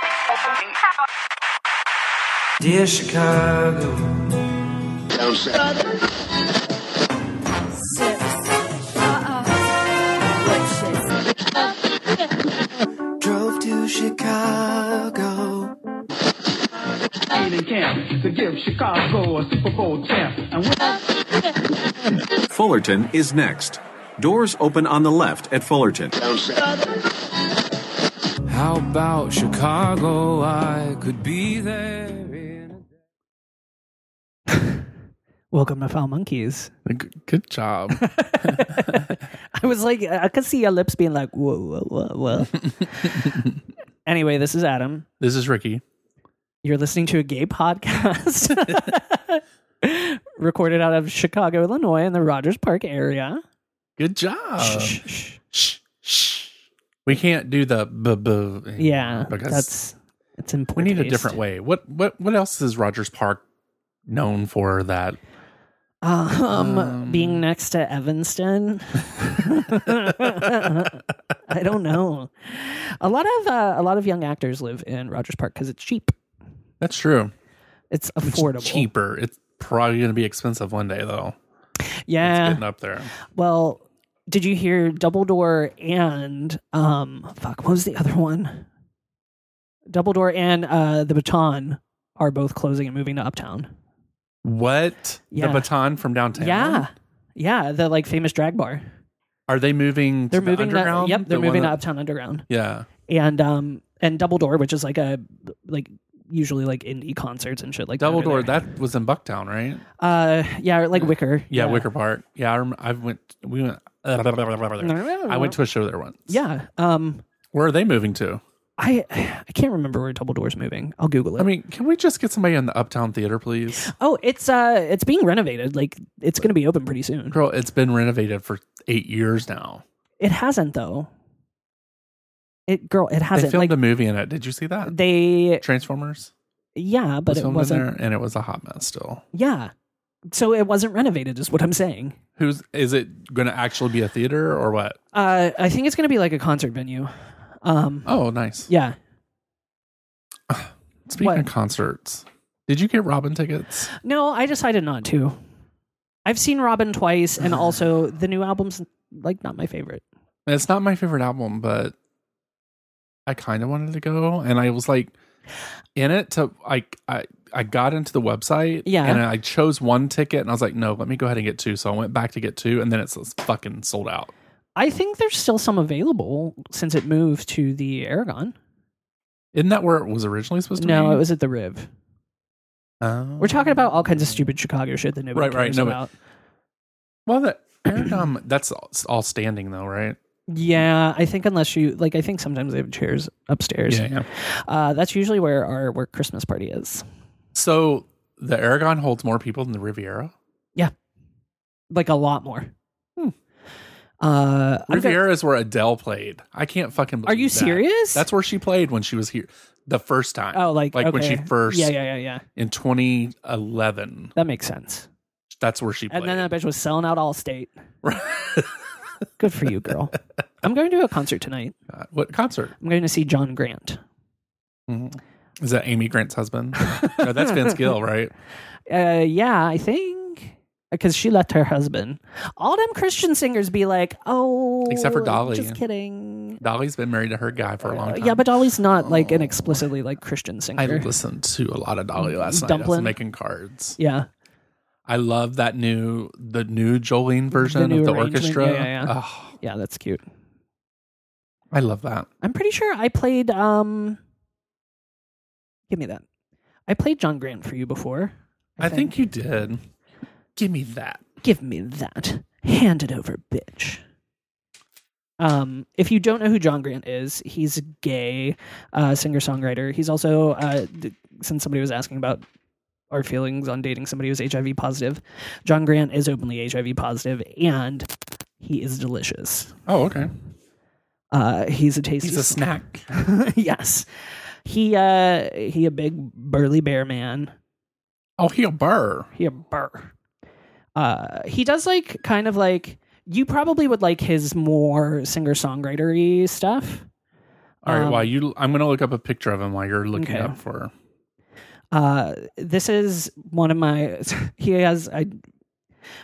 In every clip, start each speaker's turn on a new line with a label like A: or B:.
A: morning.
B: Dear Chicago. Drove to Chicago.
C: training camp to give Chicago a Super Bowl champ. And we
D: Fullerton is next. Doors open on the left at Fullerton.
B: How about Chicago? I could be there in a
E: Welcome to Foul Monkeys.
F: G- Good job.
E: I was like, I could see your lips being like, whoa, whoa, whoa, whoa. anyway, this is Adam.
F: this is Ricky.
E: You're listening to a gay podcast recorded out of Chicago, Illinois, in the Rogers Park area.
F: Good job.
E: Shh, shh.
F: Shh, shh. We can't do the b- b-
E: Yeah,
F: because
E: that's it's in
F: we
E: poor
F: need a
E: taste.
F: different way. What what what else is Rogers Park known for that?
E: Um, being next to Evanston. I don't know. A lot of uh, a lot of young actors live in Rogers Park because it's cheap.
F: That's true.
E: It's
F: It's
E: affordable.
F: cheaper. It's probably going to be expensive one day though. It's
E: Yeah.
F: getting up there.
E: Well, did you hear Doubledore and um fuck, what was the other one? Doubledore and uh The Baton are both closing and moving to Uptown.
F: What?
E: Yeah.
F: The baton from downtown.
E: Yeah. Yeah, the like famous drag bar.
F: Are they moving? To
E: They're
F: the
E: moving to,
F: underground.
E: Yep, they're
F: The one
E: moving to
F: that-
E: Uptown Underground.
F: Yeah.
E: And um and Doubledore, which is like a like usually like indie concerts and shit like that.
F: Double
E: are
F: door.
E: there.
F: That was in Bucktown, right?
E: uh yeah, or like Wicker.
F: Yeah, Wicker Park. Yeah, I, rem- I went. We went. I went to a show there once.
E: Yeah. Um
F: Where are they moving to?
E: I I can't remember where Doubledore's moving. I'll Google it.
F: I mean, can we just get somebody in the Uptown Theater, please?
E: Oh, it's uh, it's being renovated. Like it's going to be open pretty soon.
F: Girl, it's been renovated for eight years now.
E: It hasn't though. It girl, it
F: They
E: hasn't.
F: filmed
E: Like
F: a movie in it. Did you see that?
E: they,
F: Transformers
E: yeah, but
F: was
E: it
F: filmed in
E: wasn't.
F: there, and it was a hot mess. Still,
E: Yeah, so it wasn't renovated. Is what I'm saying.
F: who's is it going to actually be a theater or what?
E: Uh, I think it's going to be like a concert venue. Um,
F: Oh, nice.
E: yeah.
F: Speaking
E: What?
F: of concerts, did you get Robin tickets?
E: No, I decided not to. I've seen Robin twice, and also the new album's like not my favorite.
F: It's not my favorite album, but I kind of wanted to go, and I was like in it to like I I got into the website,
E: Yeah.
F: and I chose one ticket, and I was like, no, let me go ahead and get two. So I went back to get two, and then it's it's fucking sold out.
E: I think there's still some available since it moved to the Aragon.
F: Isn't that where it was originally supposed to be?
E: No, it was at the Riv.
F: Oh.
E: We're talking about all kinds of stupid Chicago shit that nobody
F: Right, right,
E: cares
F: no, but-
E: about.
F: well, that um, that's all, it's all standing though, right?
E: Yeah, I think unless you like, I think sometimes they have chairs upstairs.
F: Yeah, yeah.
E: Uh, that's usually where our work Christmas party is.
F: So the Aragon holds more people than the Riviera.
E: Like a lot more. Hmm. Uh, I'm go-
F: Riviera is where Adele played. I can't fucking. Believe
E: Are you
F: that.
E: serious?
F: That's where she played when she was here the first time.
E: oh, like
F: like when she
E: okay.
F: first
E: Yeah, yeah, yeah, yeah.
F: in 2011.
E: That makes sense.
F: That's where she played.
E: And then that bitch was selling out all state. Good for you, girl. I'm going to a concert tonight.
F: God, what concert
E: I'm going to see John Grant.
F: is that? Amy Grant's husband? no, that's Vince Gill, right?
E: Uh, yeah, I think because she left her husband. All them Christian singers be like, oh,
F: Except for Dolly.
E: Just kidding. Uh,
F: Dolly's been married to her guy for a long time. Oh.
E: Yeah, but Dolly's not like an explicitly like Christian
F: I
E: singer.
F: listened to a lot of Dolly last night. I was
E: Dumplin'.
F: making cards.
E: yeah,
F: I love that new the new Jolene version
E: new
F: of the
E: arrangement.
F: orchestra.
E: Yeah, yeah, yeah.
F: Oh,
E: yeah, that's cute.
F: I love that.
E: I'm pretty sure I played. um Give me that. I played John Grant for you before.
F: I, think. you did. Give me that.
E: Give me that. Hand it over, bitch. Um, if you don't know who John Grant is, he's a gay uh, singer songwriter. He's also, uh, d- since somebody was asking about our feelings on dating somebody who's HIV positive, John Grant is openly HIV positive and he is delicious.
F: Oh, okay.
E: Uh, he's a tasty
F: He's a snack.
E: yes. He uh he a big burly bear man.
F: Oh, he a burr.
E: He a burr. Uh he does like kind of like you probably would like his more singer songwritery stuff.
F: All right.
E: Um,
F: while you, I'm going to look up a picture of him while you're looking
E: Okay.
F: up for.
E: Uh, this is one of my. He has. I,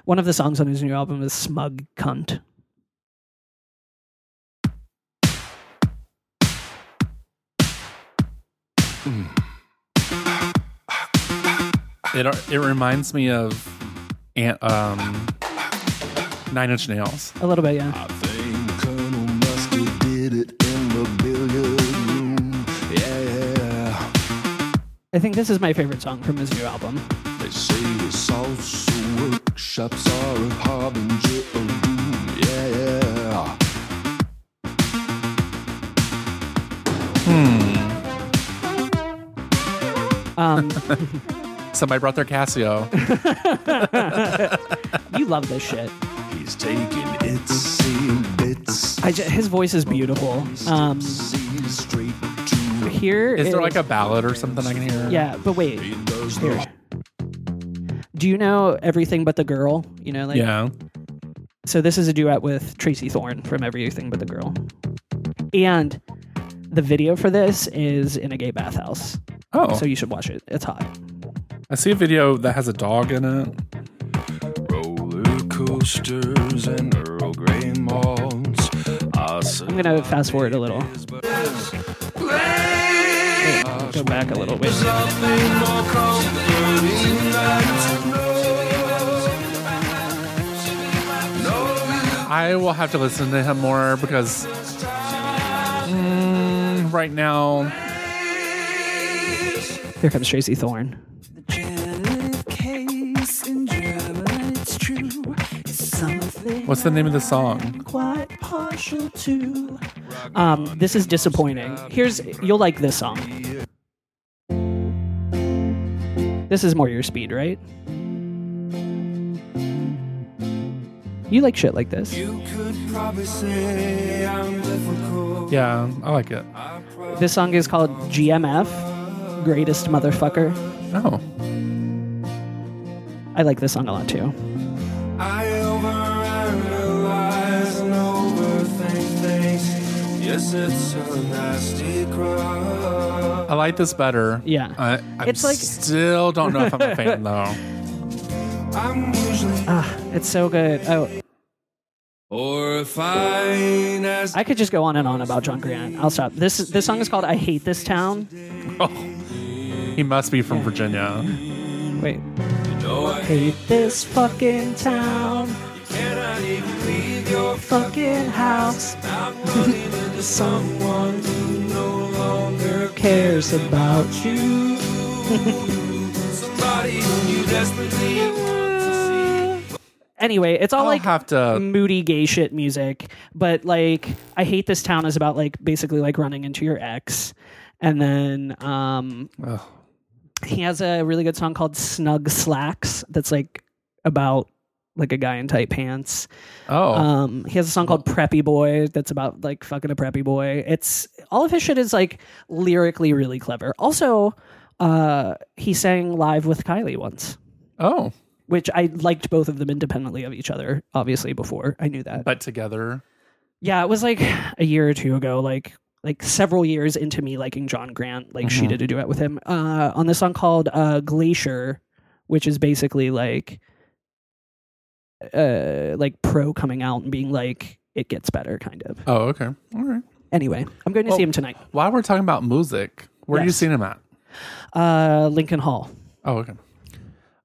E: one of the songs on his new album is "Smug Cunt."
F: It it reminds me of, Ant- um, Nine Inch Nails.
E: A little bit, yeah.
A: think Colonel Mustard did it in the billiard room. Yeah,
E: I think this is my favorite song from his new album.
A: they say the salsa workshops are a harbinger of doom. Yeah,
E: Um,
F: Somebody brought their Casio.
E: you love this shit.
A: he's taking its bits.
E: I ju- his voice is beautiful. Um,
A: sees straight to
E: here
F: Is there like a ballad or something I can hear?
E: yeah? But wait,
A: he knows
E: here.
A: the
E: Do you know everything but the girl? You know, like
F: Yeah.
E: so this is a duet with Tracy Thorn from Everything But the Girl. And the video for this is in a gay bathhouse.
F: Oh,
E: So you should watch it. It's hot.
F: I see a video that has a dog in it.
A: roller coasters and Earl Grey malts. Awesome.
E: I'm gonna fast forward a little. Wait, go back a little bit.
F: I will have to listen to him more because mm, right now
E: Here comes Tracy Thorn.
G: case in German, it's true. It's something
F: What's the name of the song?
G: quite partial to.
E: Um, this is disappointing. Here's you'll like this song. This is more your speed, right? You like shit like this.
F: Yeah, I like it.
E: This song is called GMF, Greatest Motherfucker.
F: Oh,
E: I like this song a lot too.
F: I like this better.
E: Yeah.
F: I, I
E: It's like-
F: still don't know if I'm a fan though.
E: Ah, It's so good. Oh,
B: Or fine as
E: I could just go on and on about John Grant. I'll stop. This this song is called "I Hate This Town."
F: Oh, He must be from Virginia.
E: Wait. Hate this fucking town. fucking house. someone who no longer cares about you. Anyway, it's all
F: I'll
E: like
F: have to. uh,
E: moody gay shit music, but like I hate this town is about like basically like running into your ex. And then um
F: Ugh.
E: he has a really good song called Snug Slacks that's like about like a guy in tight pants.
F: Oh,
E: Um he has a song called Preppy Boy that's about like fucking a preppy boy. It's all of his shit is like lyrically really clever. Also, uh he sang live with Kylie once.
F: oh,
E: Which I liked both of them independently of each other, obviously before I knew that.
F: but together.
E: Yeah, it was like a year or two ago, like like several years into me liking John Grant. Like she did a duet with him uh, on this song called uh, "Glacier," which is basically like uh like pro coming out and being like it gets better kind of
F: Oh, okay. All right.
E: anyway i'm going to
F: Well-
E: see him tonight
F: While we're talking about music, where you
E: Yes.
F: seen him at?
E: uh lincoln hall
F: Oh, okay.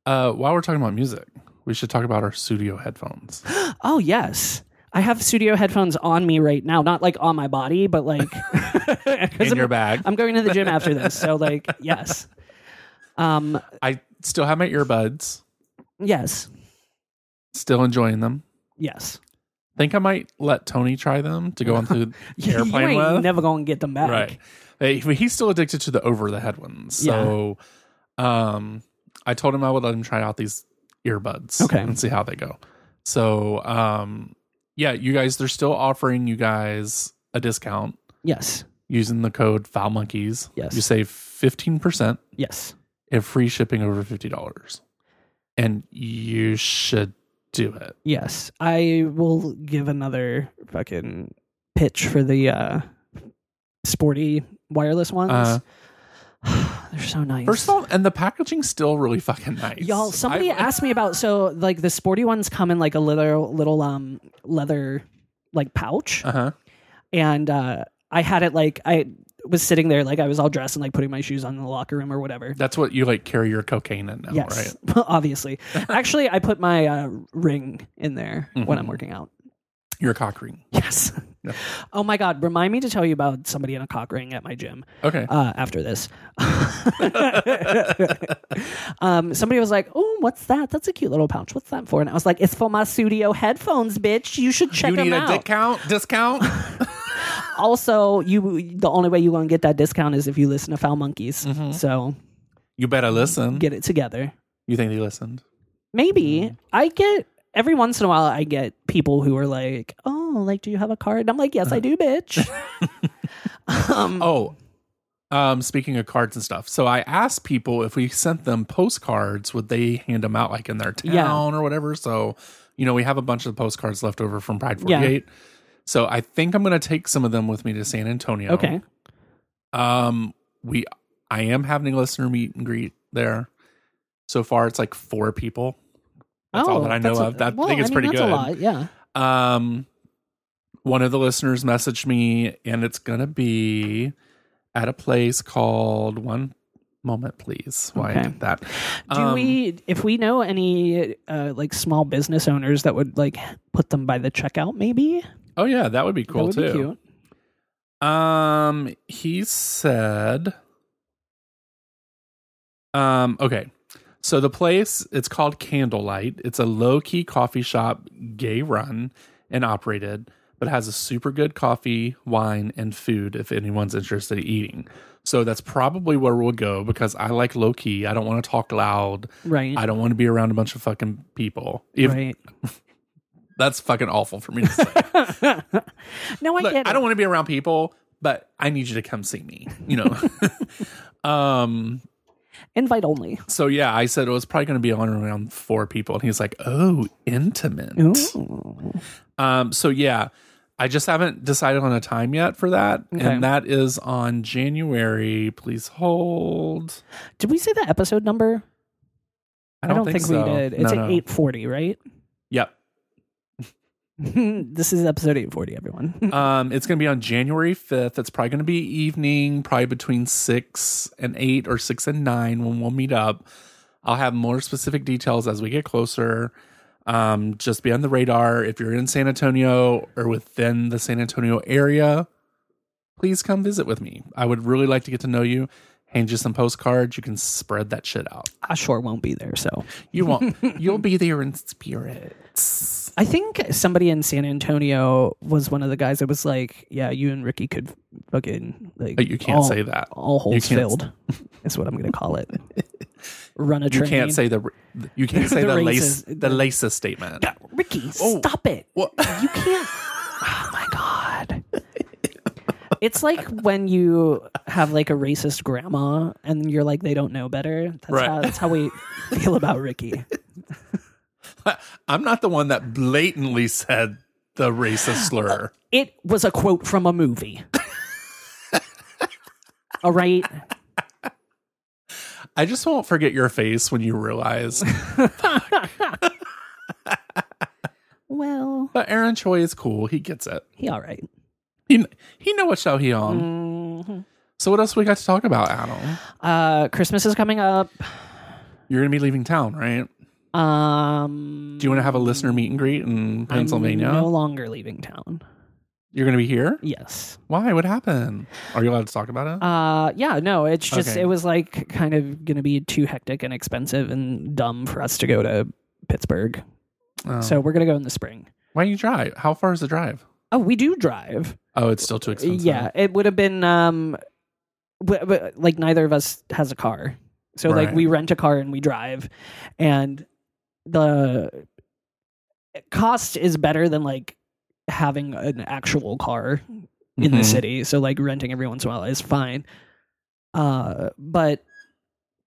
F: Uh, while we're talking about music, we should talk about our studio headphones.
E: oh yes i have studio headphones on me right now not like on my body but like 'cause
F: In your
E: I'm-
F: bag.
E: i'm going to the gym after this so like yes um
F: I still have my earbuds.
E: yes
F: Still enjoying them.
E: yes
F: Think I might let Tony try them to go on through the
E: you
F: airplane
E: ain't
F: with.
E: never gonna get them back.
F: right. Hey, but He's still addicted to the over the head ones. So, um, I told him I would let him try out these earbuds.
E: Okay.
F: And see how they go. So, um, yeah, you guys, they're still offering you guys a discount
E: Yes.
F: using the code Foul Monkeys.
E: Yes.
F: You save fifteen percent.
E: Yes.
F: and free shipping over fifty dollars. And you should do it.
E: Yes. I will give another fucking pitch for the uh sporty wireless ones.
F: Uh-huh.
E: They're so nice.
F: First of all, and the packaging's still really fucking nice.
E: Y'all, somebody
F: I-
E: asked me about so like the sporty ones come in like a little little um leather like pouch,
F: Uh-huh.
E: and uh, I had it like I was sitting there like I was all dressed and like putting my shoes on in the locker room or whatever.
F: That's what you like carry your cocaine in now,
E: yes,
F: right?
E: obviously. Actually, I put my uh, ring in there when
F: Mm-hmm.
E: I'm working out.
F: Your cock ring.
E: Yes. Oh my god! Remind me to tell you about somebody in a cock ring at my gym.
F: Okay.
E: uh, after this. um, somebody was like, "Oh, what's that? That's a cute little pouch. What's that for?" And I was like, "It's for my studio headphones, bitch. You should check
F: you need
E: them
F: a
E: out."
F: discount? Discount?
E: also, you the only way you're gonna get that discount is if you listen to Foul Monkeys.
F: Mm-hmm.
E: So
F: you better listen.
E: get it together.
F: you think they listened?
E: Maybe
F: Mm-hmm.
E: I get every once in a while I get people who are like, "Oh, like, do you have a card?" And I'm like, "Yes,
F: Uh-huh.
E: I do, bitch." Mm.
F: Oh, um, speaking of cards and stuff, so I asked people if we sent them postcards, would they hand them out like in their town
E: Yeah.
F: or whatever? So, you know, we have a bunch of postcards left over from Pride
E: Yeah.
F: 48. So I think I'm going to take some of them with me to San Antonio.
E: okay.
F: Um, we, I am having a listener meet and greet there. So far, it's like four people. That's all that I
E: Oh,
F: know
E: that's a-
F: of. That,
E: well,
F: I think it's
E: mean,
F: pretty
E: that's
F: good.
E: A lot. Yeah.
F: Um, one of the listeners messaged me, and it's gonna be at a place called One Moment, please. Why I
E: Okay.
F: did that?
E: Do
F: Um,
E: we, if we know any uh, like small business owners that would like put them by the checkout, maybe
F: Oh yeah, that would be cool
E: that would
F: too.
E: be cute.
F: Um, he said, um, okay. So the place, it's called Candlelight. It's a low key coffee shop, gay run and operated, but has a super good coffee, wine, and food if anyone's interested in eating. So that's probably where we'll go because I like low key. I don't want to talk loud.
E: Right.
F: I don't want to be around a bunch of fucking people. If,
E: right.
F: That's fucking awful for me to say.
E: No, I
F: Look,
E: get.
F: I don't
E: it.
F: want to be around people, but I need you to come see me. You know. um.
E: invite only.
F: So yeah, I said it was probably going to be on around four people, and he's like, "Oh, intimate."
E: Ooh.
F: Um. So yeah, I just haven't decided on a time yet for that,
E: Okay.
F: and that is on January. Please hold.
E: Did we say the episode number?
F: I don't,
E: think,
F: so.
E: we did. It's
F: No,
E: at
F: no.
E: eight forty, right?
F: Yep.
E: this is episode eight forty. Everyone.
F: Um, it's going to be on January 5th. It's probably going to be evening, probably between 6 and 8 or 6 and 9 when we'll meet up. I'll have more specific details as we get closer. Um, just be on the radar. If you're in San Antonio or within the San Antonio area, please come visit with me. I would really like to get to know you. Hand you some postcards. You can spread that shit out.
E: I sure won't be there. So
F: You won't. You'll be there in spirits.
E: I think somebody in San Antonio was one of the guys that was like, "Yeah, you and Ricky could fucking like."
F: But Oh, you can't
E: all-
F: say that.
E: All holes
F: can't-
E: filled. is what I'm going to call it. Run a
F: You
E: train.
F: can't say the. You can't say
E: The
F: the, lace.
E: races.
F: The laces statement.
E: Ricky,
F: Oh.
E: stop it. You can't. Oh my God. It's like when you have like a racist grandma and you're like, they don't know better. That's,
F: Right.
E: how, that's how we feel about Ricky.
F: I'm not the one that blatantly said the racist slur.
E: It was a quote from a movie. All right.
F: I just won't forget your face when you realize.
E: Well,
F: But Aaron Choi is cool. He gets it.
E: he all right.
F: He he know what show he on. So what else we got to talk about, Adam?
E: Uh, Christmas is coming up.
F: You're gonna be leaving town, right?
E: Um,
F: Do you want to have a listener meet and greet in Pennsylvania?
E: I'm no longer leaving town.
F: You're gonna be here.
E: Yes.
F: Why? What happened? Are you allowed to talk about it?
E: Uh, yeah, no, it's just
F: Okay.
E: it was like kind of going to be too hectic and expensive and dumb for us to go to Pittsburgh.
F: Oh.
E: So we're gonna go in the spring.
F: Why don't you drive? How far is the drive?
E: Oh, we do drive.
F: Oh, it's still too expensive.
E: Uh, Yeah, it would have been um, w- w- like neither of us has a car, so like
F: Right.
E: we rent a car and we drive, and the cost is better than like having an actual car in the
F: Mhm.
E: city. So like renting every once in a while is fine. Uh, but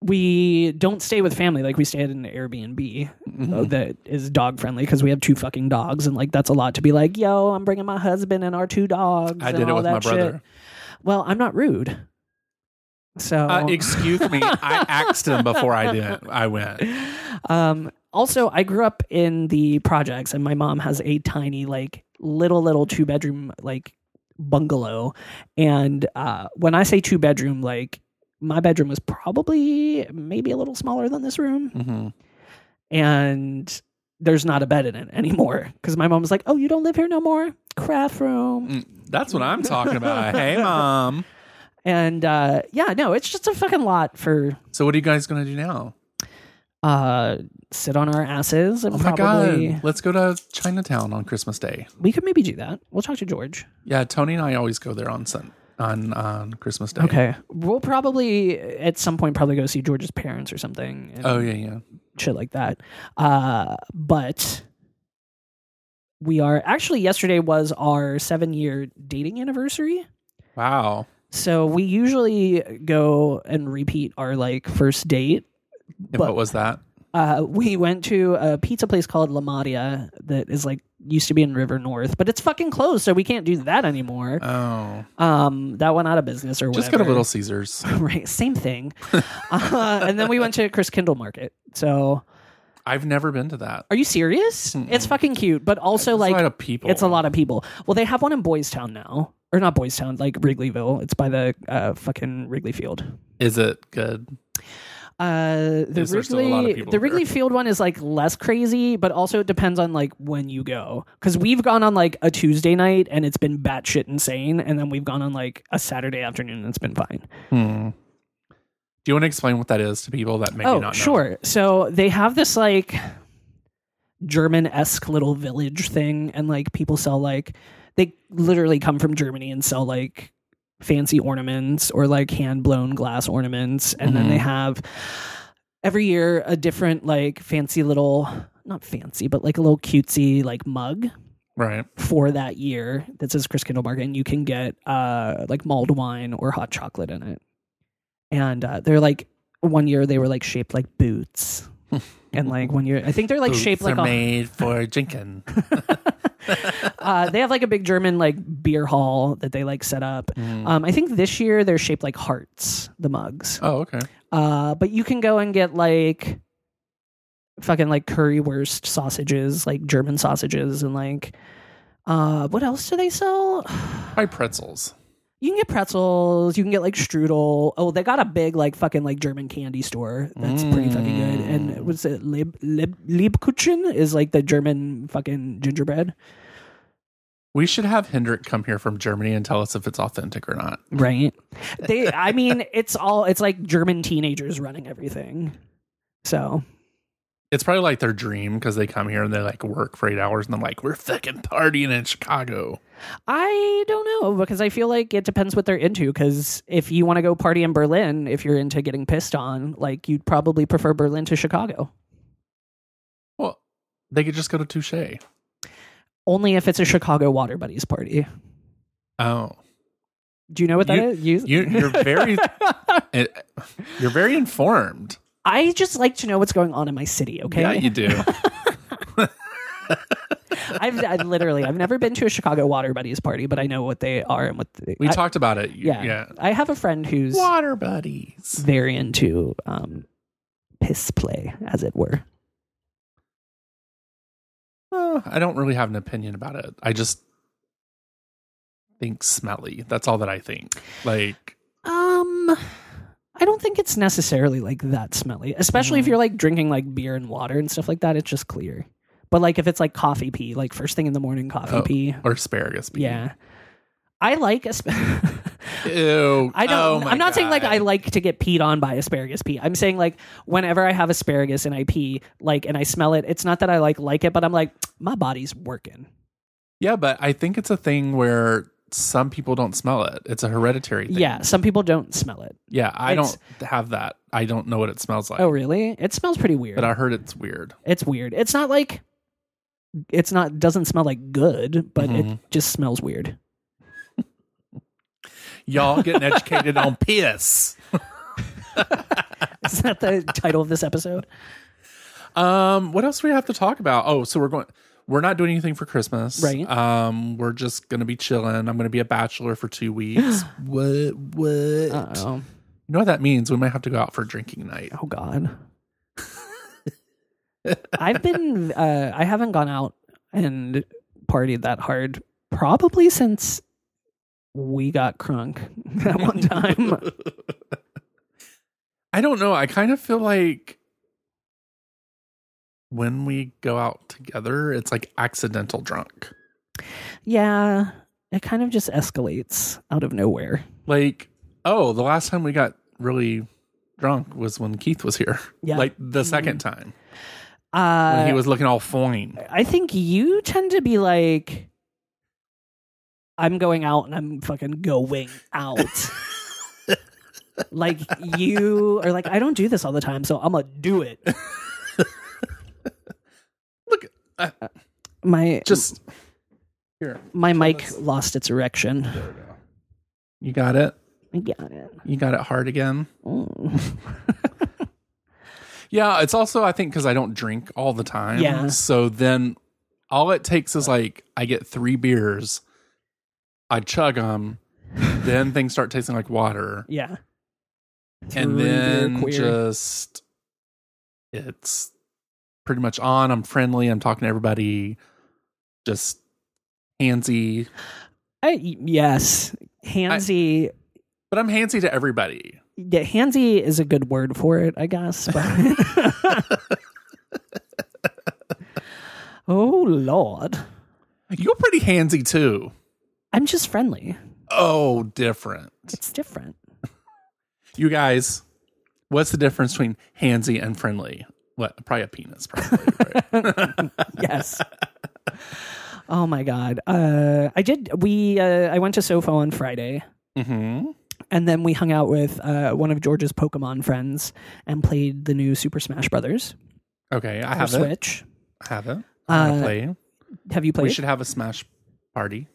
E: we don't stay with family. Like we stay at an Airbnb
F: Mm-hmm.
E: uh, that is dog friendly because we have two fucking dogs, and like that's a lot to be like, yo, I'm bringing my husband and our two dogs.
F: I
E: and
F: did it
E: all
F: with
E: that
F: my brother.
E: shit. well, I'm not rude. So
F: Uh, excuse me, I axed him before I did. I went.
E: Um, also, I grew up in the projects, and my mom has a tiny, like, little, little two bedroom, like, bungalow. And uh, when I say two bedroom, like, my bedroom was probably maybe a little smaller than this room,
F: hmm
E: and there's not a bed in it anymore because my mom was like, "Oh, you don't live here no more, craft room."
F: Mm. That's what I'm talking about. hey, mom.
E: And uh, yeah, no, it's just a fucking lot for
F: So what are you guys gonna do now?
E: uh, sit on our asses and
F: Oh my
E: probably
F: god, let's go to Chinatown on Christmas Day.
E: we could maybe do that. We'll talk to George.
F: Yeah, Tony and I always go there on Sun on on Christmas Day.
E: Okay. We'll probably at some point probably go see George's parents or something and
F: Oh yeah, yeah.
E: shit like that. Uh but we are actually yesterday was our 7 year dating anniversary.
F: Wow.
E: So we usually go and repeat our like first date.
F: And
E: But-
F: what was that?
E: Uh we went to a pizza place called La Madia that is like used to be in River North, but it's fucking closed so we can't do that anymore.
F: Oh,
E: Um that went out of business or
F: just
E: whatever.
F: go to Little Caesars.
E: right same thing uh, and then we went to chris kindle market so
F: I've never been to that.
E: are you serious it's fucking cute but also
F: Hmm. It's
E: like
F: a lot of people.
E: it's a lot of people well they have one in boys town now or not boys town like wrigleyville it's by the uh, fucking wrigley field
F: Is it good?
E: uh, the
F: Is there still a lot of
E: Wrigley, the
F: people there?
E: Wrigley Field one is like less crazy, but also it depends on like when you go. Because we've gone on like a Tuesday night and it's been batshit insane, and then we've gone on like a Saturday afternoon and it's been fine.
F: Hmm. Do you want to explain what that is to people that may
E: oh,
F: not know?
E: sure. So they have this like German esque little village thing, and like people sell like they literally come from Germany and sell like fancy ornaments or like hand blown glass ornaments, and then they
F: Mm-hmm.
E: have every year a different like fancy little not fancy but like a little cutesy like mug
F: Right.
E: for that year that says Chris Kindle Market, and you can get uh, like mulled wine or hot chocolate in it. And uh, they're like one year they were like shaped like boots, and like one year I think they're like shaped
F: Boots
E: like a,
F: are made for drinking.
E: uh, they have like a big German like beer hall that they like set up.
F: Mm.
E: Um, I think this year they're shaped like hearts, the mugs.
F: oh, okay.
E: Uh, but you can go and get like fucking like currywurst sausages, like German sausages, and like uh, what else do they sell?
F: Probably pretzels.
E: You can get pretzels. You can get like strudel. Oh, they got a big like fucking like German candy store. That's pretty fucking good.
F: Mm.
E: And what's it? Lib, Lib, Liebkuchen is like the German fucking gingerbread,
F: We should have Hendrik come here from Germany and tell us if it's authentic or not.
E: right? They, I mean, it's all it's like German teenagers running everything. So
F: It's probably like their dream because they come here and they like work for eight hours and they're like, we're fucking partying in Chicago.
E: I don't know because I feel like it depends what they're into. Because if you want to go party in Berlin, if you're into getting pissed on, like you'd probably prefer Berlin to Chicago.
F: Well, they could just go to Touche.
E: Only if it's a Chicago Water Buddies party.
F: Oh,
E: Do you know what that
F: You-
E: is?
F: you, you're very, eh, you're very informed.
E: I just like to know what's going on in my city. Okay,
F: Yeah, you do.
E: I've, i literally I've never been to a Chicago Water Buddies party, but I know what they are and what they,
F: We
E: I-
F: talked about it. You-
E: Yeah, I have a friend who's
F: Water buddies.
E: very into um, piss play, as it were.
F: Uh, I don't really have an opinion about it. I just think smelly. That's all that I think. Like,
E: Um, I don't think it's necessarily like that smelly, especially if you're like drinking like beer and water and stuff like that. It's just clear. But like if it's like coffee pee, like first thing in the morning coffee
F: oh,
E: pee,
F: or asparagus pee.
E: yeah. I like asp-
F: Ew.
E: I
F: Oh
E: don't.
F: my
E: I'm not saying like
F: God.
E: I like to get peed on by asparagus pee. I'm saying like whenever I have asparagus and I pee, like and I smell it. It's not that I like like it, but I'm like my body's working.
F: Yeah, but I think it's a thing where some people don't smell it. It's a hereditary thing.
E: Yeah, some people don't smell it.
F: Yeah, I
E: It's-
F: don't have that. I don't know what it smells like.
E: Oh really? It smells pretty weird.
F: But I heard it's weird.
E: it's weird. It's not like it's not doesn't smell like good, but
F: Mm-hmm.
E: it just smells weird.
F: Y'all getting educated on piss.
E: Is that the title of this episode?
F: Um, what else do we have to talk about? Oh, so we're going we're not doing anything for Christmas.
E: Right.
F: Um, we're just gonna be chilling. I'm gonna be a bachelor for two weeks. what? What?
E: Oh,
F: You know what that means? We might have to go out for drinking night.
E: oh God. I've been. Uh, I haven't gone out and partied that hard probably since we got crunk that one time.
F: I don't know. I kind of feel like when we go out together, it's like accidental drunk.
E: yeah, it kind of just escalates out of nowhere.
F: Like, oh, the last time we got really drunk was when Keith was here.
E: Yeah. Mm-hmm.
F: Like the second time when
E: Uh,
F: he was looking all fine.
E: I think you tend to be like, I'm going out and I'm fucking going out. like you are like, I don't do this all the time, so I'm gonna do it.
F: Look, uh,
E: My
F: just here.
E: my mic lost its erection.
F: You got it.
E: I got it.
F: You got it hard again.
E: Mm.
F: yeah, it's also I think because I don't drink all the time.
E: Yeah.
F: So then, all it takes is like I get three beers, I chug them, then things start tasting like water,
E: Yeah.
F: and
E: Three beer
F: then
E: queer.
F: just it's pretty much on. I'm friendly. I'm talking to everybody. Just handsy,
E: I, yes, handsy.
F: but I'm handsy to everybody.
E: yeah, handsy is a good word for it, I guess. But oh lord,
F: You're pretty handsy too.
E: I'm just friendly.
F: Oh, different.
E: It's different.
F: You guys, what's the difference between handsy and friendly? What? Probably a penis. Probably. right?
E: yes. Oh my god. Uh, I did. We uh, I went to Sofo on Friday,
F: mm-hmm.
E: and then we hung out with uh, one of George's Pokemon friends and played the new Super Smash Brothers
F: Okay, I
E: for
F: have it.
E: Switch.
F: I have it. I'm gonna
E: Uh,
F: play.
E: Have you
F: We
E: played?
F: should have a smash party.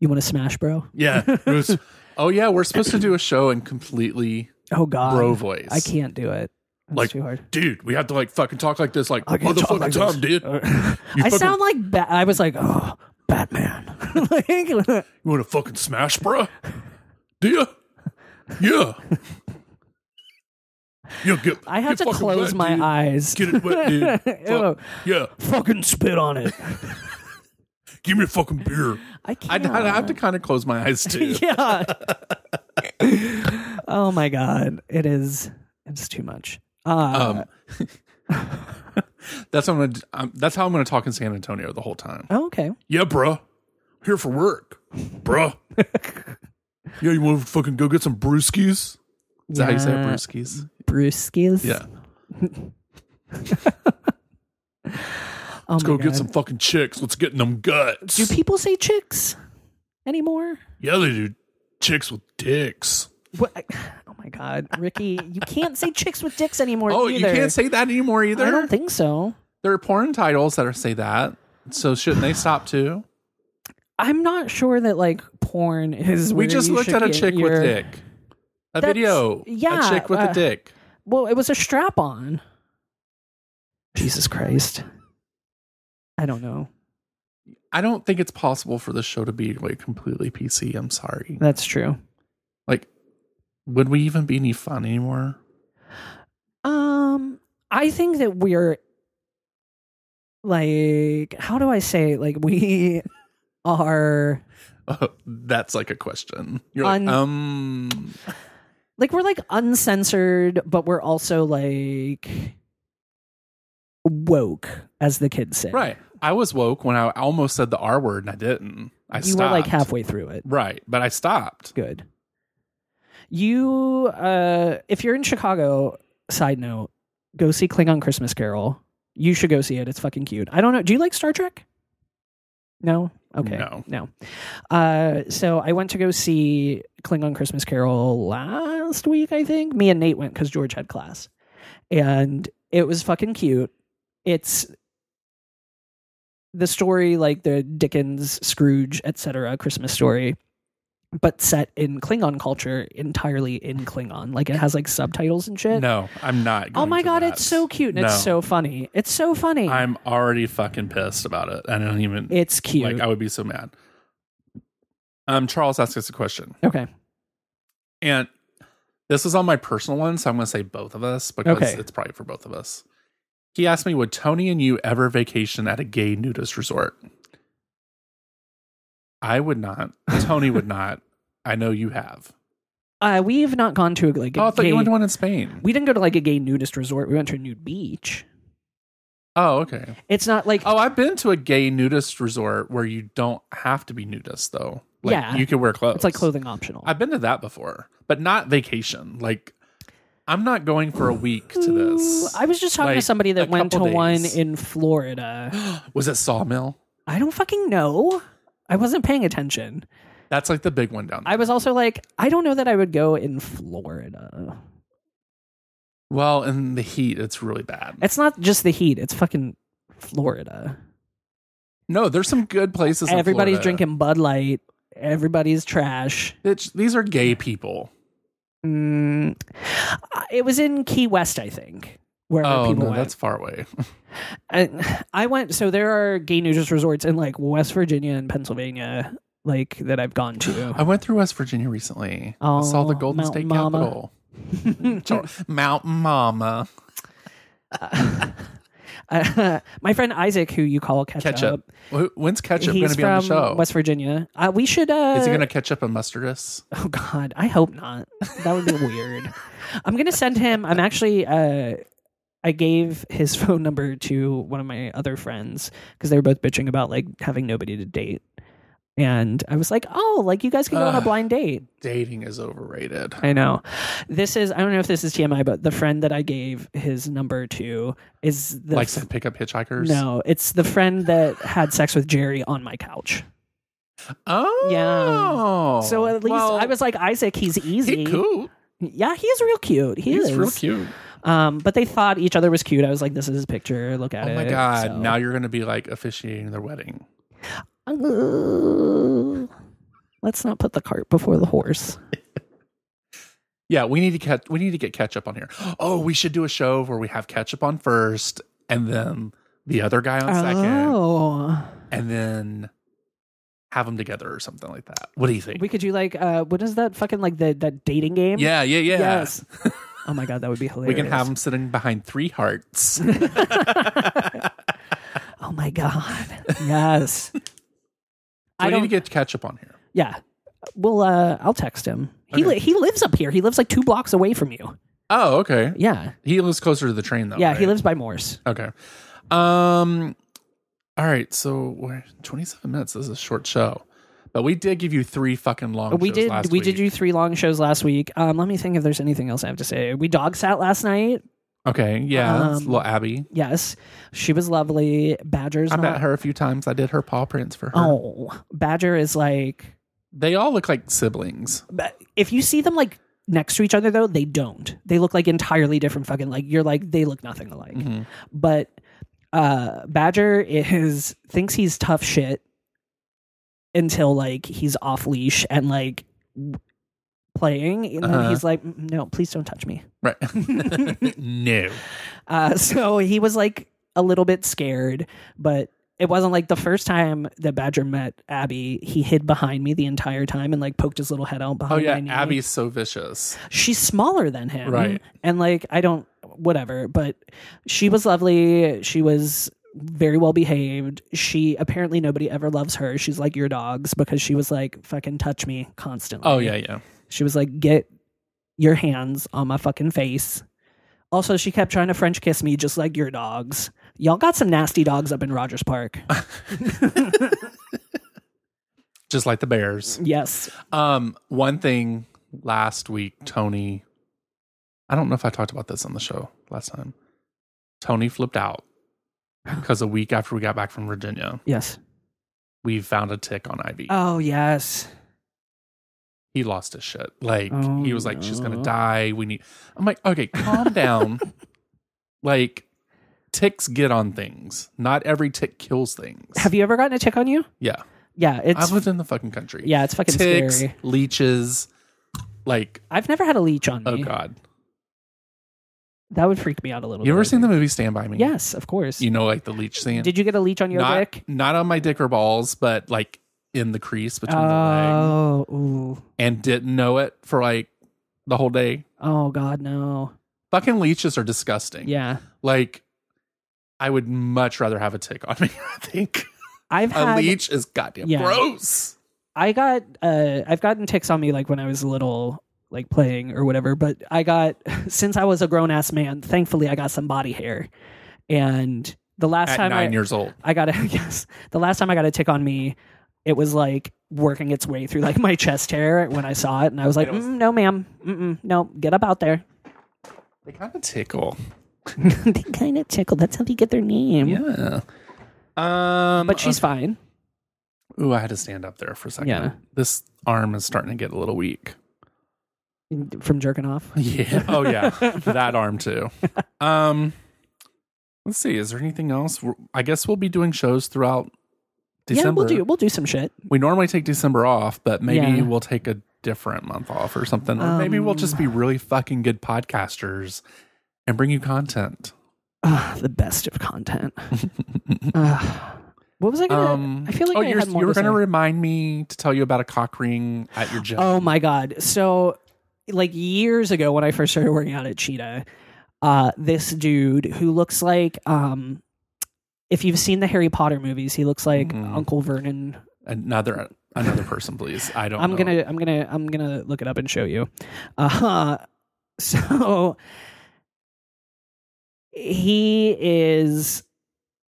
E: you want to Smash, bro?
F: Yeah. it was- oh yeah, we're supposed to do a show and completely,
E: Oh god,
F: Bro voice.
E: I can't do it. That's
F: Like,
E: too hard.
F: dude. We have to like fucking talk like this, like
E: I can't talk
F: motherfucking
E: like
F: time,
E: this. Uh,
F: dude. You
E: I
F: fucking-
E: sound like ba- I was like, oh, Batman. like,
F: You want to fucking smash, bruh? Do you? Yeah. Yeah, get,
E: I had
F: get
E: to
F: fucking
E: close
F: wet,
E: my
F: dude.
E: eyes.
F: Get it wet, dude.
E: Ew.
F: Fuck. Yeah.
E: Fucking spit on it.
F: Give me a fucking beer.
E: I
F: I,
E: can't.
F: I have to kind of close my eyes too.
E: yeah. oh my god, it is. It's too much. Uh,
F: Um, that's what I'm gonna, d- um, that's how I'm going to talk in San Antonio the whole time.
E: oh, okay.
F: Yeah, bruh. Here for work, bruh. yeah, you want to fucking go get some brewskis? Is that how you say it,
E: Yeah.
F: brewskis?
E: Brewskis.
F: Yeah.
E: Oh
F: Let's
E: my
F: go
E: God.
F: get some fucking chicks. Let's get in them guts.
E: Do people say chicks anymore?
F: yeah, they do. Chicks with dicks.
E: What? I- oh my god, Ricky, you can't say chicks with dicks anymore.
F: Oh,
E: either.
F: you can't say that anymore either.
E: I don't think so.
F: there are porn titles that are say that. So shouldn't they stop too?
E: I'm not sure that like porn is.
F: We
E: where
F: just
E: you
F: looked
E: should
F: at a
E: get
F: chick with
E: your-
F: dick. A
E: That's-
F: video.
E: yeah,
F: A chick with
E: uh,
F: a dick.
E: Well, it was a strap on. Jesus Christ. I don't know.
F: I don't think it's possible for this show to be like completely PC. I'm sorry.
E: That's true.
F: Like, would we even be any fun anymore?
E: Um, I think that we're like, how do I say? it? Like, we are
F: Oh, that's like a question. You're
E: Un-
F: like, um,
E: like we're like uncensored, but we're also like woke, as the kids say.
F: right. I was woke when I almost said the R word and I didn't. I
E: You were like
F: stopped.
E: halfway through it.
F: Right, but I stopped.
E: good. You, uh, if you're in Chicago, side note, go see Klingon Christmas Carol. You should go see it. It's fucking cute. I don't know. Do you like Star Trek? No. Okay.
F: No.
E: No. Uh, so I went to go see Klingon Christmas Carol last week. I think me and Nate went because George had class, and it was fucking cute. It's the story like the Dickens, Scrooge, etc. Christmas story but set in Klingon culture, entirely in Klingon. Like it has like subtitles and shit.
F: No, I'm not.
E: Oh
F: going
E: my
F: to
E: god,
F: that.
E: it's so cute and
F: No.
E: it's so funny. It's so funny.
F: I'm already fucking pissed about it. I don't even.
E: it's cute.
F: like I would be so mad. Um, Charles asked us a question,
E: okay.
F: and this is on my personal one, so I'm going to say both of us because
E: Okay.
F: it's probably for both of us. He asked me, "Would Tony and you ever vacation at a gay nudist resort?" I would not. Tony would not. I know you have.
E: Uh, we have not gone to a like. a
F: Oh, I thought
E: gay-
F: you went to one in Spain.
E: we didn't go to like a gay nudist resort. We went to a nude beach.
F: oh, okay.
E: It's not like
F: Oh, I've been to a gay nudist resort where you don't have to be nudist though. Like,
E: Yeah.
F: you can wear clothes.
E: it's like clothing optional.
F: I've been to that before, but not vacation. Like, I'm not going for a week to this.
E: I was just talking to
F: Like,
E: somebody that
F: a
E: went to
F: couple
E: one
F: days.
E: in Florida.
F: was it Sawmill?
E: I don't fucking know. I wasn't paying attention.
F: That's like the big one down there.
E: I was also like, I don't know that I would go in Florida.
F: well, in the heat, it's really bad.
E: It's not just the heat. It's fucking Florida.
F: no, there's some good places. in
E: Everybody's
F: Florida.
E: drinking Bud Light. Everybody's trash.
F: Bitch, these are gay people.
E: Mm, uh, it was in Key West, I think, where
F: Oh
E: people
F: no,
E: went.
F: that's far away.
E: I, I went. So there are gay nudist resorts in like West Virginia and Pennsylvania, like that I've gone to.
F: I went through West Virginia recently. I saw the
E: Oh,
F: Golden
E: Mountain
F: State
E: Mama.
F: Capitol. Char- Mountain Mama.
E: Uh, my friend Isaac, who you call Ketchup,
F: Oh. Ketchup. Wh- When's ketchup going
E: he's
F: to be
E: from
F: on the show?
E: West Virginia. Uh, we should. Uh,
F: Is he going to ketchup and mustard us?
E: Oh God, I hope not. That would be weird. I'm gonna send him. I'm actually. Uh, I gave his phone number to one of my other friends because they were both bitching about like having nobody to date, and I was like, "Oh, like you guys can go on a
F: Ugh.
E: blind date."
F: Dating is overrated.
E: I know. This is. I don't know if this is TMI, but the friend that I gave his number to is the
F: Like to pick up hitchhikers.
E: no. It's the friend that had sex with Jerry on my couch.
F: Oh.
E: Yeah. So at least
F: Well,
E: I was like, Isaac, he's easy.
F: He cool.
E: Yeah, he's real cute. He
F: He's
E: is.
F: real cute.
E: Um, but they thought each other was cute. I was like, this is his picture. Look at
F: Oh
E: it.
F: my god!
E: So-
F: Now you're gonna be like officiating their wedding.
E: Uh, let's not put the cart before the horse.
F: Yeah, we need to catch. We need to get ketchup on here. Oh, we should do a show where we have ketchup on first, and then the other guy on second,
E: Oh.
F: and then have them together or something like that. What do you think?
E: We could do like, uh, what is that fucking like the that dating game?
F: yeah, yeah, yeah.
E: Yes. oh my god, that would be hilarious.
F: We can have them sitting behind three hearts.
E: Oh my god. Yes. I
F: we
E: don't.
F: need to get ketchup on here.
E: yeah. Well, uh, I'll text him. He
F: Okay.
E: li- he lives up here. He lives like two blocks away from you.
F: Oh, okay.
E: Yeah.
F: He lives closer to the train though.
E: yeah. He
F: Oh, right?
E: lives by Morse.
F: Okay. Um. All right. So we're 27 minutes. This is a short show, but we did give you three fucking long.
E: we
F: shows
E: did
F: Last
E: we
F: week.
E: did do three long shows last week um let me think if there's anything else i have to say we dog sat last night
F: Okay. Yeah. it's
E: Um,
F: little Abby.
E: yes she was lovely badger's
F: I
E: not
F: met her a few times. I did her paw prints for her.
E: oh badger is like
F: They all look like siblings.
E: but if you see them like next to each other though they don't they look like entirely different fucking like you're like they look nothing alike
F: Mm-hmm.
E: but uh badger is thinks he's tough shit until like he's off leash and like w- playing and then
F: Uh-huh.
E: he's like "Mm, no please don't touch me
F: Right. no.
E: Uh, so he was like a little bit scared, but it wasn't like the first time that Badger met Abby. He hid behind me the entire time and like poked his little head out
F: Oh
E: behind.
F: yeah.
E: my knee.
F: Abby's so vicious.
E: She's smaller than him,
F: Right.
E: And like I don't, whatever. But she was lovely. She was very well behaved. She apparently nobody ever loves her. She's like your dogs because she was like fucking touch me constantly.
F: Oh yeah. Yeah.
E: She was like, "Get your hands on my fucking face." Also, she kept trying to French kiss me, just like your dogs. Y'all got some nasty dogs up in Rogers Park.
F: Just like the bears.
E: yes,
F: Um. One thing last week, Tony. I don't know if I talked about this on the show last time. Tony flipped out because a week after we got back from Virginia,
E: yes.
F: we found a tick on Ivy.
E: Oh yes.
F: he lost his shit. Like
E: Oh,
F: he was like, she's
E: no.
F: gonna die. We need. I'm like, okay, calm down. like ticks get on things. Not every tick kills things.
E: Have you ever gotten a tick on you?
F: yeah.
E: Yeah, it's
F: I've lived in the fucking country.
E: yeah, it's fucking
F: Ticks,
E: scary.
F: leeches, like
E: I've never had a leech on
F: oh
E: me.
F: god.
E: That would freak me out a little.
F: You
E: bit.
F: ever seen the movie Stand by Me?
E: Yes, of course.
F: You know, like the leech scene.
E: Did you get a leech on your
F: not,
E: dick?
F: Not on my dick or balls, but like in the crease between the leg,
E: Oh, ooh.
F: and didn't know it for like the whole day.
E: oh God, no.
F: Fucking leeches are disgusting.
E: Yeah,
F: Like, I would much rather have a tick on me. I think
E: I've
F: a
E: had.
F: leech is goddamn
E: Yeah.
F: gross.
E: I got. Uh, I've gotten ticks on me like when I was little, like playing or whatever. But I got since I was a grown ass man. Thankfully, I got some body hair, and the last
F: At
E: time
F: nine
E: I,
F: years old,
E: I got a yes. The last time I got a tick on me, it was like working its way through like my chest hair when I saw it, and I was like, "Mm, "No, ma'am, Mm-mm, no, get up out there."
F: they kind of tickle.
E: they kind of tickle. That's how they get their name.
F: Yeah. Um,
E: But she's fine.
F: Ooh, I had to stand up there for a second.
E: Yeah.
F: This arm is starting to get a little weak.
E: From jerking off,
F: Yeah. Oh yeah. that arm too. Um let's see, is there anything else? We're- I guess we'll be doing shows throughout December.
E: yeah, we'll do we'll do some shit.
F: We normally take December off, but maybe
E: Yeah.
F: we'll take a different month off or something. Or maybe we'll just
E: Um,
F: be really fucking good podcasters and bring you content. Ah,
E: Ugh, the best of content. Ugh. what was I gonna?
F: Um
E: I feel like
F: oh,
E: I
F: you're,
E: had more
F: you were
E: to
F: gonna
E: say.
F: remind me to tell you about a cock ring at your gym.
E: Oh my god. So like years ago when I first started working out at Cheetah, uh this dude who looks like um if you've seen the Harry Potter movies, he looks like
F: Mm-hmm.
E: Uncle Vernon.
F: Another another person, please. I don't
E: I'm
F: know.
E: going to I'm going to I'm going to look it up and show you. Uh so he is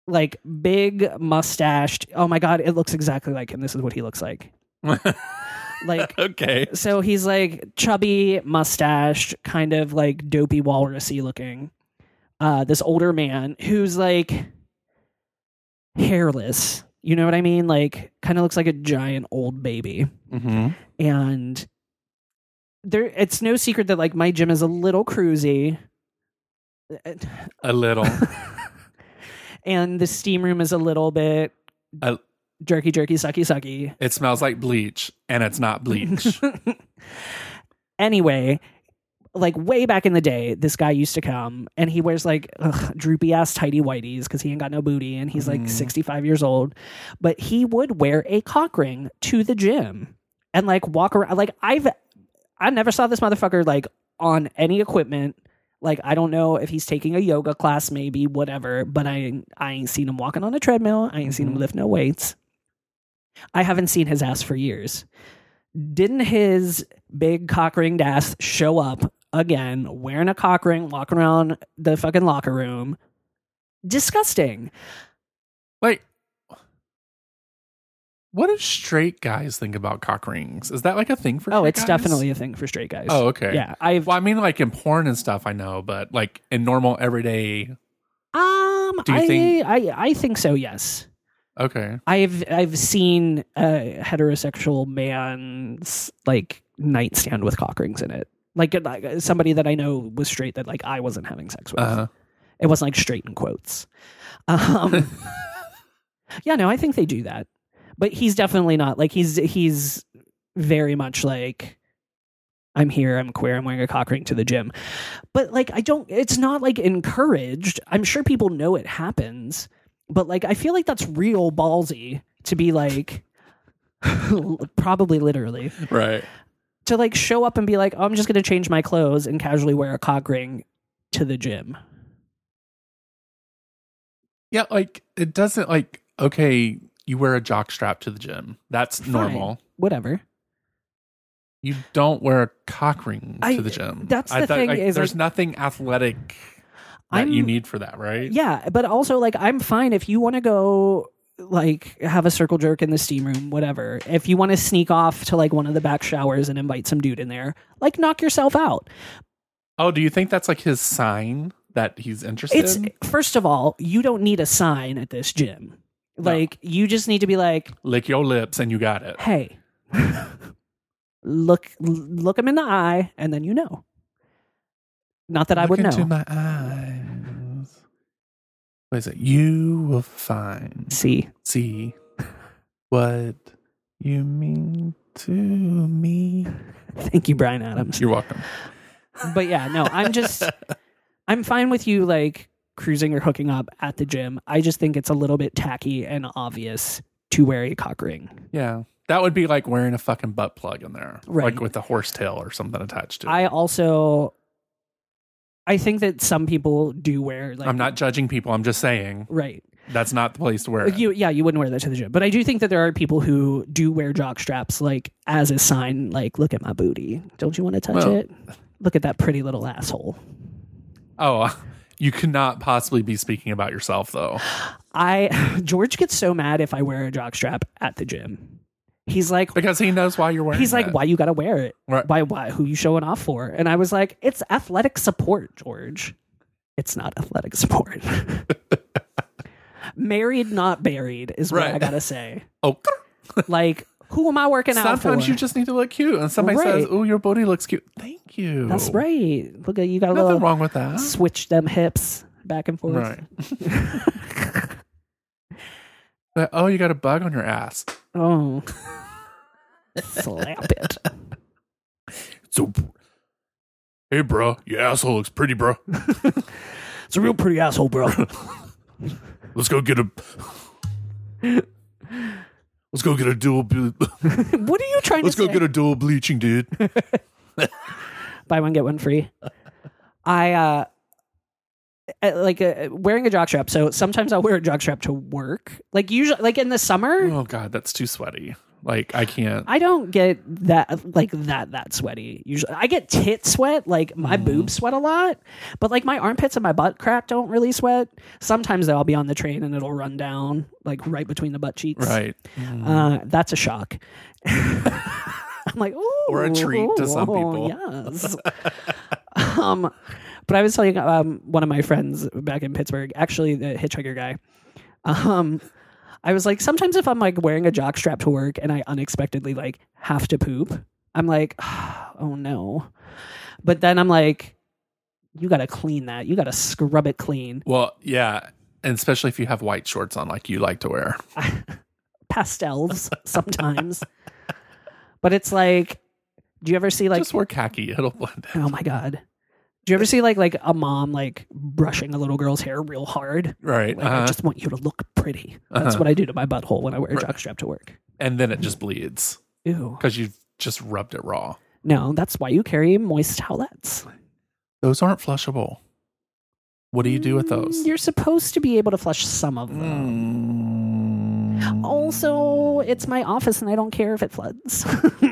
E: like big mustached. Oh my god, it looks exactly like him. This is what he looks like. like
F: Okay.
E: so he's like chubby, mustached, kind of like dopey walrusy looking. Uh, this older man who's like hairless. You know what I mean? Like kind of looks like a giant old baby.
F: Mm-hmm.
E: And there, it's no secret that like my gym is a little cruisy,
F: A little.
E: and the steam room is a little bit
F: A-
E: jerky, jerky, sucky, sucky.
F: It smells like bleach, and it's not bleach.
E: anyway like way back in the day this guy used to come and he wears like ugh, droopy ass tidy whities because he ain't got no booty and he's like 65 years old but he would wear a cock ring to the gym and like walk around like i've i never saw this motherfucker like on any equipment like i don't know if he's taking a yoga class maybe whatever but i i ain't seen him walking on a treadmill i ain't seen him lift no weights i haven't seen his ass for years didn't his big cock ringed ass show up again wearing a cock ring walking around the fucking locker room disgusting
F: like, what do straight guys think about cock rings? Is that like a thing for?
E: oh
F: straight
E: it's
F: guys?
E: definitely a thing for straight guys
F: Oh, okay.
E: yeah i've
F: Well, I mean, like in porn and stuff, I know, but like in normal everyday,
E: um
F: Do you
E: I,
F: think-
E: I i think so yes
F: okay,
E: i've i've seen a heterosexual man's like nightstand with cock rings in it like, like somebody that i know was straight that like i wasn't having sex with
F: uh,
E: It wasn't like straight in quotes. Um, yeah, no, I think they do that, but he's definitely not like he's he's very much like I'm here, I'm queer, I'm wearing a cock ring to the gym, but like I don't. It's not like encouraged. I'm sure people know it happens, but like I feel like that's real ballsy to be like. probably literally
F: right?
E: to like show up and be like oh, i'm just going to change my clothes and casually wear a cock ring to the gym
F: Yeah, like it doesn't like okay, you wear a jock strap to the gym. That's normal.
E: Fine, whatever
F: You don't wear a cock ring
E: I-
F: to the gym.
E: that's the thing
F: like,
E: is,
F: there's
E: like-
F: nothing athletic that
E: I'm-
F: you need for that, right?
E: Yeah, but also like I'm fine if you want to go like have a circle jerk in the steam room, whatever. If you want to sneak off to like one of the back showers and invite some dude in there, like knock yourself out.
F: Oh, do you think that's like his sign that he's interested?
E: It's first of all, you don't need a sign at this gym. Like you just need to be like,
F: Lick your lips and you got it.
E: "Hey, look look him in the eye and then you know." Not that I would
F: Look into
E: know.
F: my eyes. What is it? You will find
E: See,
F: see what You mean to me?
E: Thank you, Brian Adams.
F: You're welcome.
E: but yeah, no, I'm just I'm fine with you like cruising or hooking up at the gym. I just think it's a little bit tacky and obvious to wear a cock ring.
F: Yeah. That would be like wearing a fucking butt plug in there.
E: Right.
F: Like with a horsetail or something attached to it.
E: I also I think that some people do wear like
F: I'm not judging people. I'm just saying
E: right.
F: that's not the place to wear it.
E: You yeah, you wouldn't wear that to the gym. But I do think that there are people who do wear jock straps like as a sign like look at my booty. Don't you want to touch
F: Well-
E: it? Look at that pretty little asshole.
F: oh, you could not possibly be speaking about yourself though.
E: I George gets so mad if I wear a jock strap at the gym. He's like
F: Because he knows why you're wearing
E: He's like,
F: it.
E: why you gotta wear it?
F: Right.
E: Why, why, who you showing off for? And I was like, it's athletic support, George. It's not athletic support. Married, not buried is what I
F: Right.
E: gotta say.
F: Oh,
E: Like, who am I working out for?
F: sometimes you just need to look cute. And somebody says,
E: Right.
F: Oh, your booty looks cute. Thank you.
E: That's right. Look at you got a
F: Nothing
E: little
F: wrong with that.
E: switch them hips back and forth.
F: Right. But, oh, you got a bug on your ass.
E: Oh. Slap it.
F: So, hey, bro, your asshole looks pretty, bro.
E: It's a real pretty asshole, bro.
F: Let's go get a. Let's go get a dual. Ble-
E: what are you trying
F: Let's
E: to
F: go
E: say?
F: get a dual bleaching, dude.
E: buy one get one free. I uh uh, like uh, wearing a jockstrap. So sometimes I'll wear a jockstrap to work. Like usually like in the summer,
F: oh God, that's too sweaty. Like I can't.
E: I don't get that like that that sweaty. Usually I get tit sweat, like my boobs sweat a lot, but like my armpits and my butt crack don't really sweat. Sometimes though I'll be on the train and it'll run down like right between the butt cheeks.
F: Right.
E: Uh, that's a shock. I'm like, ooh, oh,
F: Or a treat to some people.
E: Yes. um, but I was telling um, one of my friends back in Pittsburgh, actually the hitchhiker guy. Um, I was like, sometimes if I'm like wearing a jock strap to work and I unexpectedly like have to poop, I'm like, oh no. But then I'm like, you gotta clean that. You gotta scrub it clean.
F: Well, yeah, and especially if you have white shorts on, like you like to wear.
E: pastels sometimes. but it's like, do you ever see like?
F: Just wear khaki; it'll blend in.
E: oh my god, do you ever see like like a mom like brushing a little girl's hair real hard?
F: Right.
E: Like, I
F: uh-huh.
E: just want you to look pretty. That's
F: Uh-huh.
E: what I do to my butthole when I wear a jockstrap to work.
F: and then it just bleeds
E: Ew.
F: because you just rubbed it raw.
E: No, that's why you carry moist towelettes.
F: Those aren't flushable. What do you do with those?
E: Mm, You're supposed to be able to flush some of them.
F: Mm.
E: Also, it's my office and I don't care if it floods.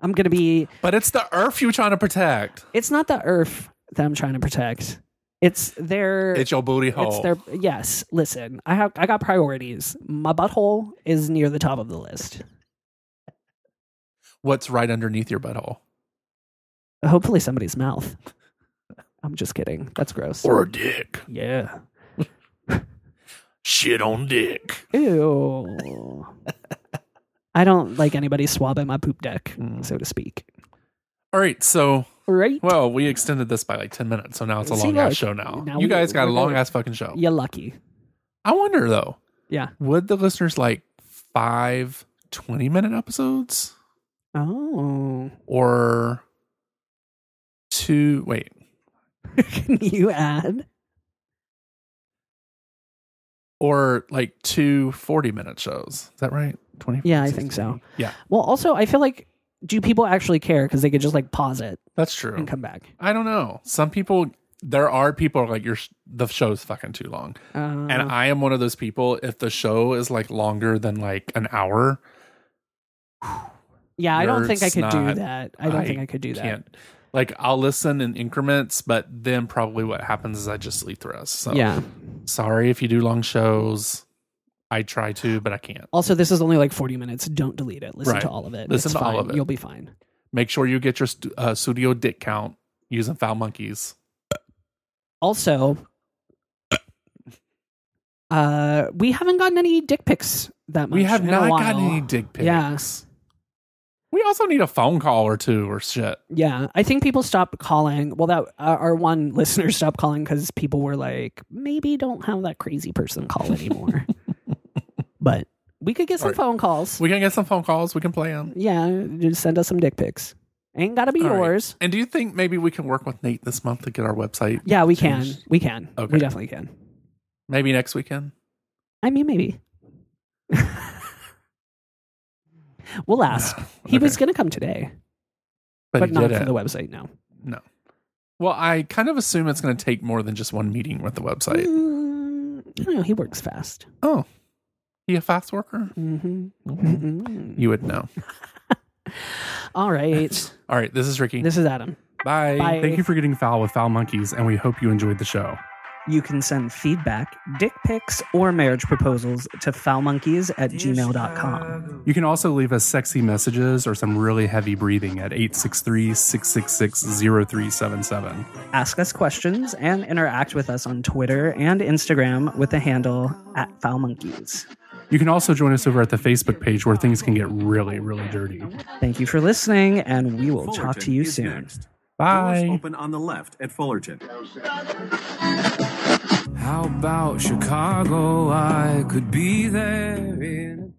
E: I'm going to be
F: But it's the earth you're trying to protect.
E: it's not the earth that I'm trying to protect. It's their
F: It's your booty hole.
E: it's their yes, listen. I have I got priorities. My butthole is near the top of the list.
F: What's right underneath your butthole?
E: Hopefully somebody's mouth. I'm just kidding. That's gross.
F: Or a dick.
E: yeah.
F: Shit on dick.
E: Ew. I don't like anybody swabbing my poop deck, so to speak.
F: All right, so
E: Right?
F: Mm. well, we extended this by like ten minutes, so now it's a
E: See,
F: long ass
E: look,
F: show now.
E: now
F: you
E: we-
F: guys got a
E: we're
F: long
E: going-
F: ass fucking show.
E: You're lucky.
F: I wonder though,
E: Yeah.
F: would the listeners like five 20 minute episodes
E: Oh.
F: or two? Wait,
E: Can you add?
F: or like two 40 minute shows. Is that right? 20
E: Yeah, I think so.
F: Yeah,
E: Well, also, I feel like do people actually care because they could just like pause it
F: that's true.
E: and come back?
F: I don't know. Some people, there are people like your sh- the show's fucking too long,
E: Uh,
F: and I am one of those people. If the show is like longer than like an hour,
E: yeah, I don't think I
F: It's
E: could do
F: not-
E: that. I don't think I could do that.
F: can't- Like I'll listen in increments, but then probably what happens is I just sleep the rest. So
E: Yeah.
F: sorry if you do long shows. I try to, but I can't.
E: Also, this is only like 40 minutes. Don't delete it. Listen
F: Right.
E: to all of it.
F: Listen
E: It's
F: to all
E: fine.
F: of it.
E: You'll be fine.
F: Make sure you get your stu- uh, studio dick count using Foul Monkeys.
E: Also, uh, we haven't gotten any dick pics that much.
F: We have
E: in a
F: not
E: while.
F: gotten any dick pics.
E: Yeah.
F: We also need a phone call or two or shit.
E: Yeah, I think people stopped calling. Well, that uh, our one listener stopped calling because people were like, maybe don't have that crazy person call anymore. but
H: We could get some
I: All right.
H: phone calls.
I: We can get some phone calls. We can play them.
H: yeah, just send us some dick pics. Ain't gotta be yours.
I: And do you think maybe we can work with Nate this month to get our website?
H: Yeah, we can.
I: changed?
H: We can.
I: Okay.
H: We definitely can.
I: Maybe next weekend.
H: I mean, maybe. we'll ask. He was going to come today,
I: But,
H: but
I: he
H: not
I: didn't.
H: for the website. No.
I: No. Well, I kind of assume it's going to take more than just one meeting with the website.
H: Mm, I don't know. He works fast.
I: Oh, he a fast worker?
H: hmm
I: You would know.
H: Mm-hmm. All right.
I: All right, this is Ricky.
H: this is Adam.
I: Bye.
H: Bye.
F: Thank you for getting foul with Foul Monkeys, and we hope you enjoyed the show.
E: You can send feedback, dick pics, or marriage proposals to foulmonkeys at gmail.com.
F: You can also leave us sexy messages or some really heavy breathing at 863 666 0377.
E: Ask us questions and interact with us on Twitter and Instagram with the handle at foulmonkeys.
F: You can also join us over at the Facebook page where things can get really, really dirty.
E: Thank you for listening, and we will talk to
D: Fullerton
E: you
D: is
E: soon.
D: next. Doors
F: Bye.
D: open on the left at Fullerton.
A: How about Chicago? I could be there in a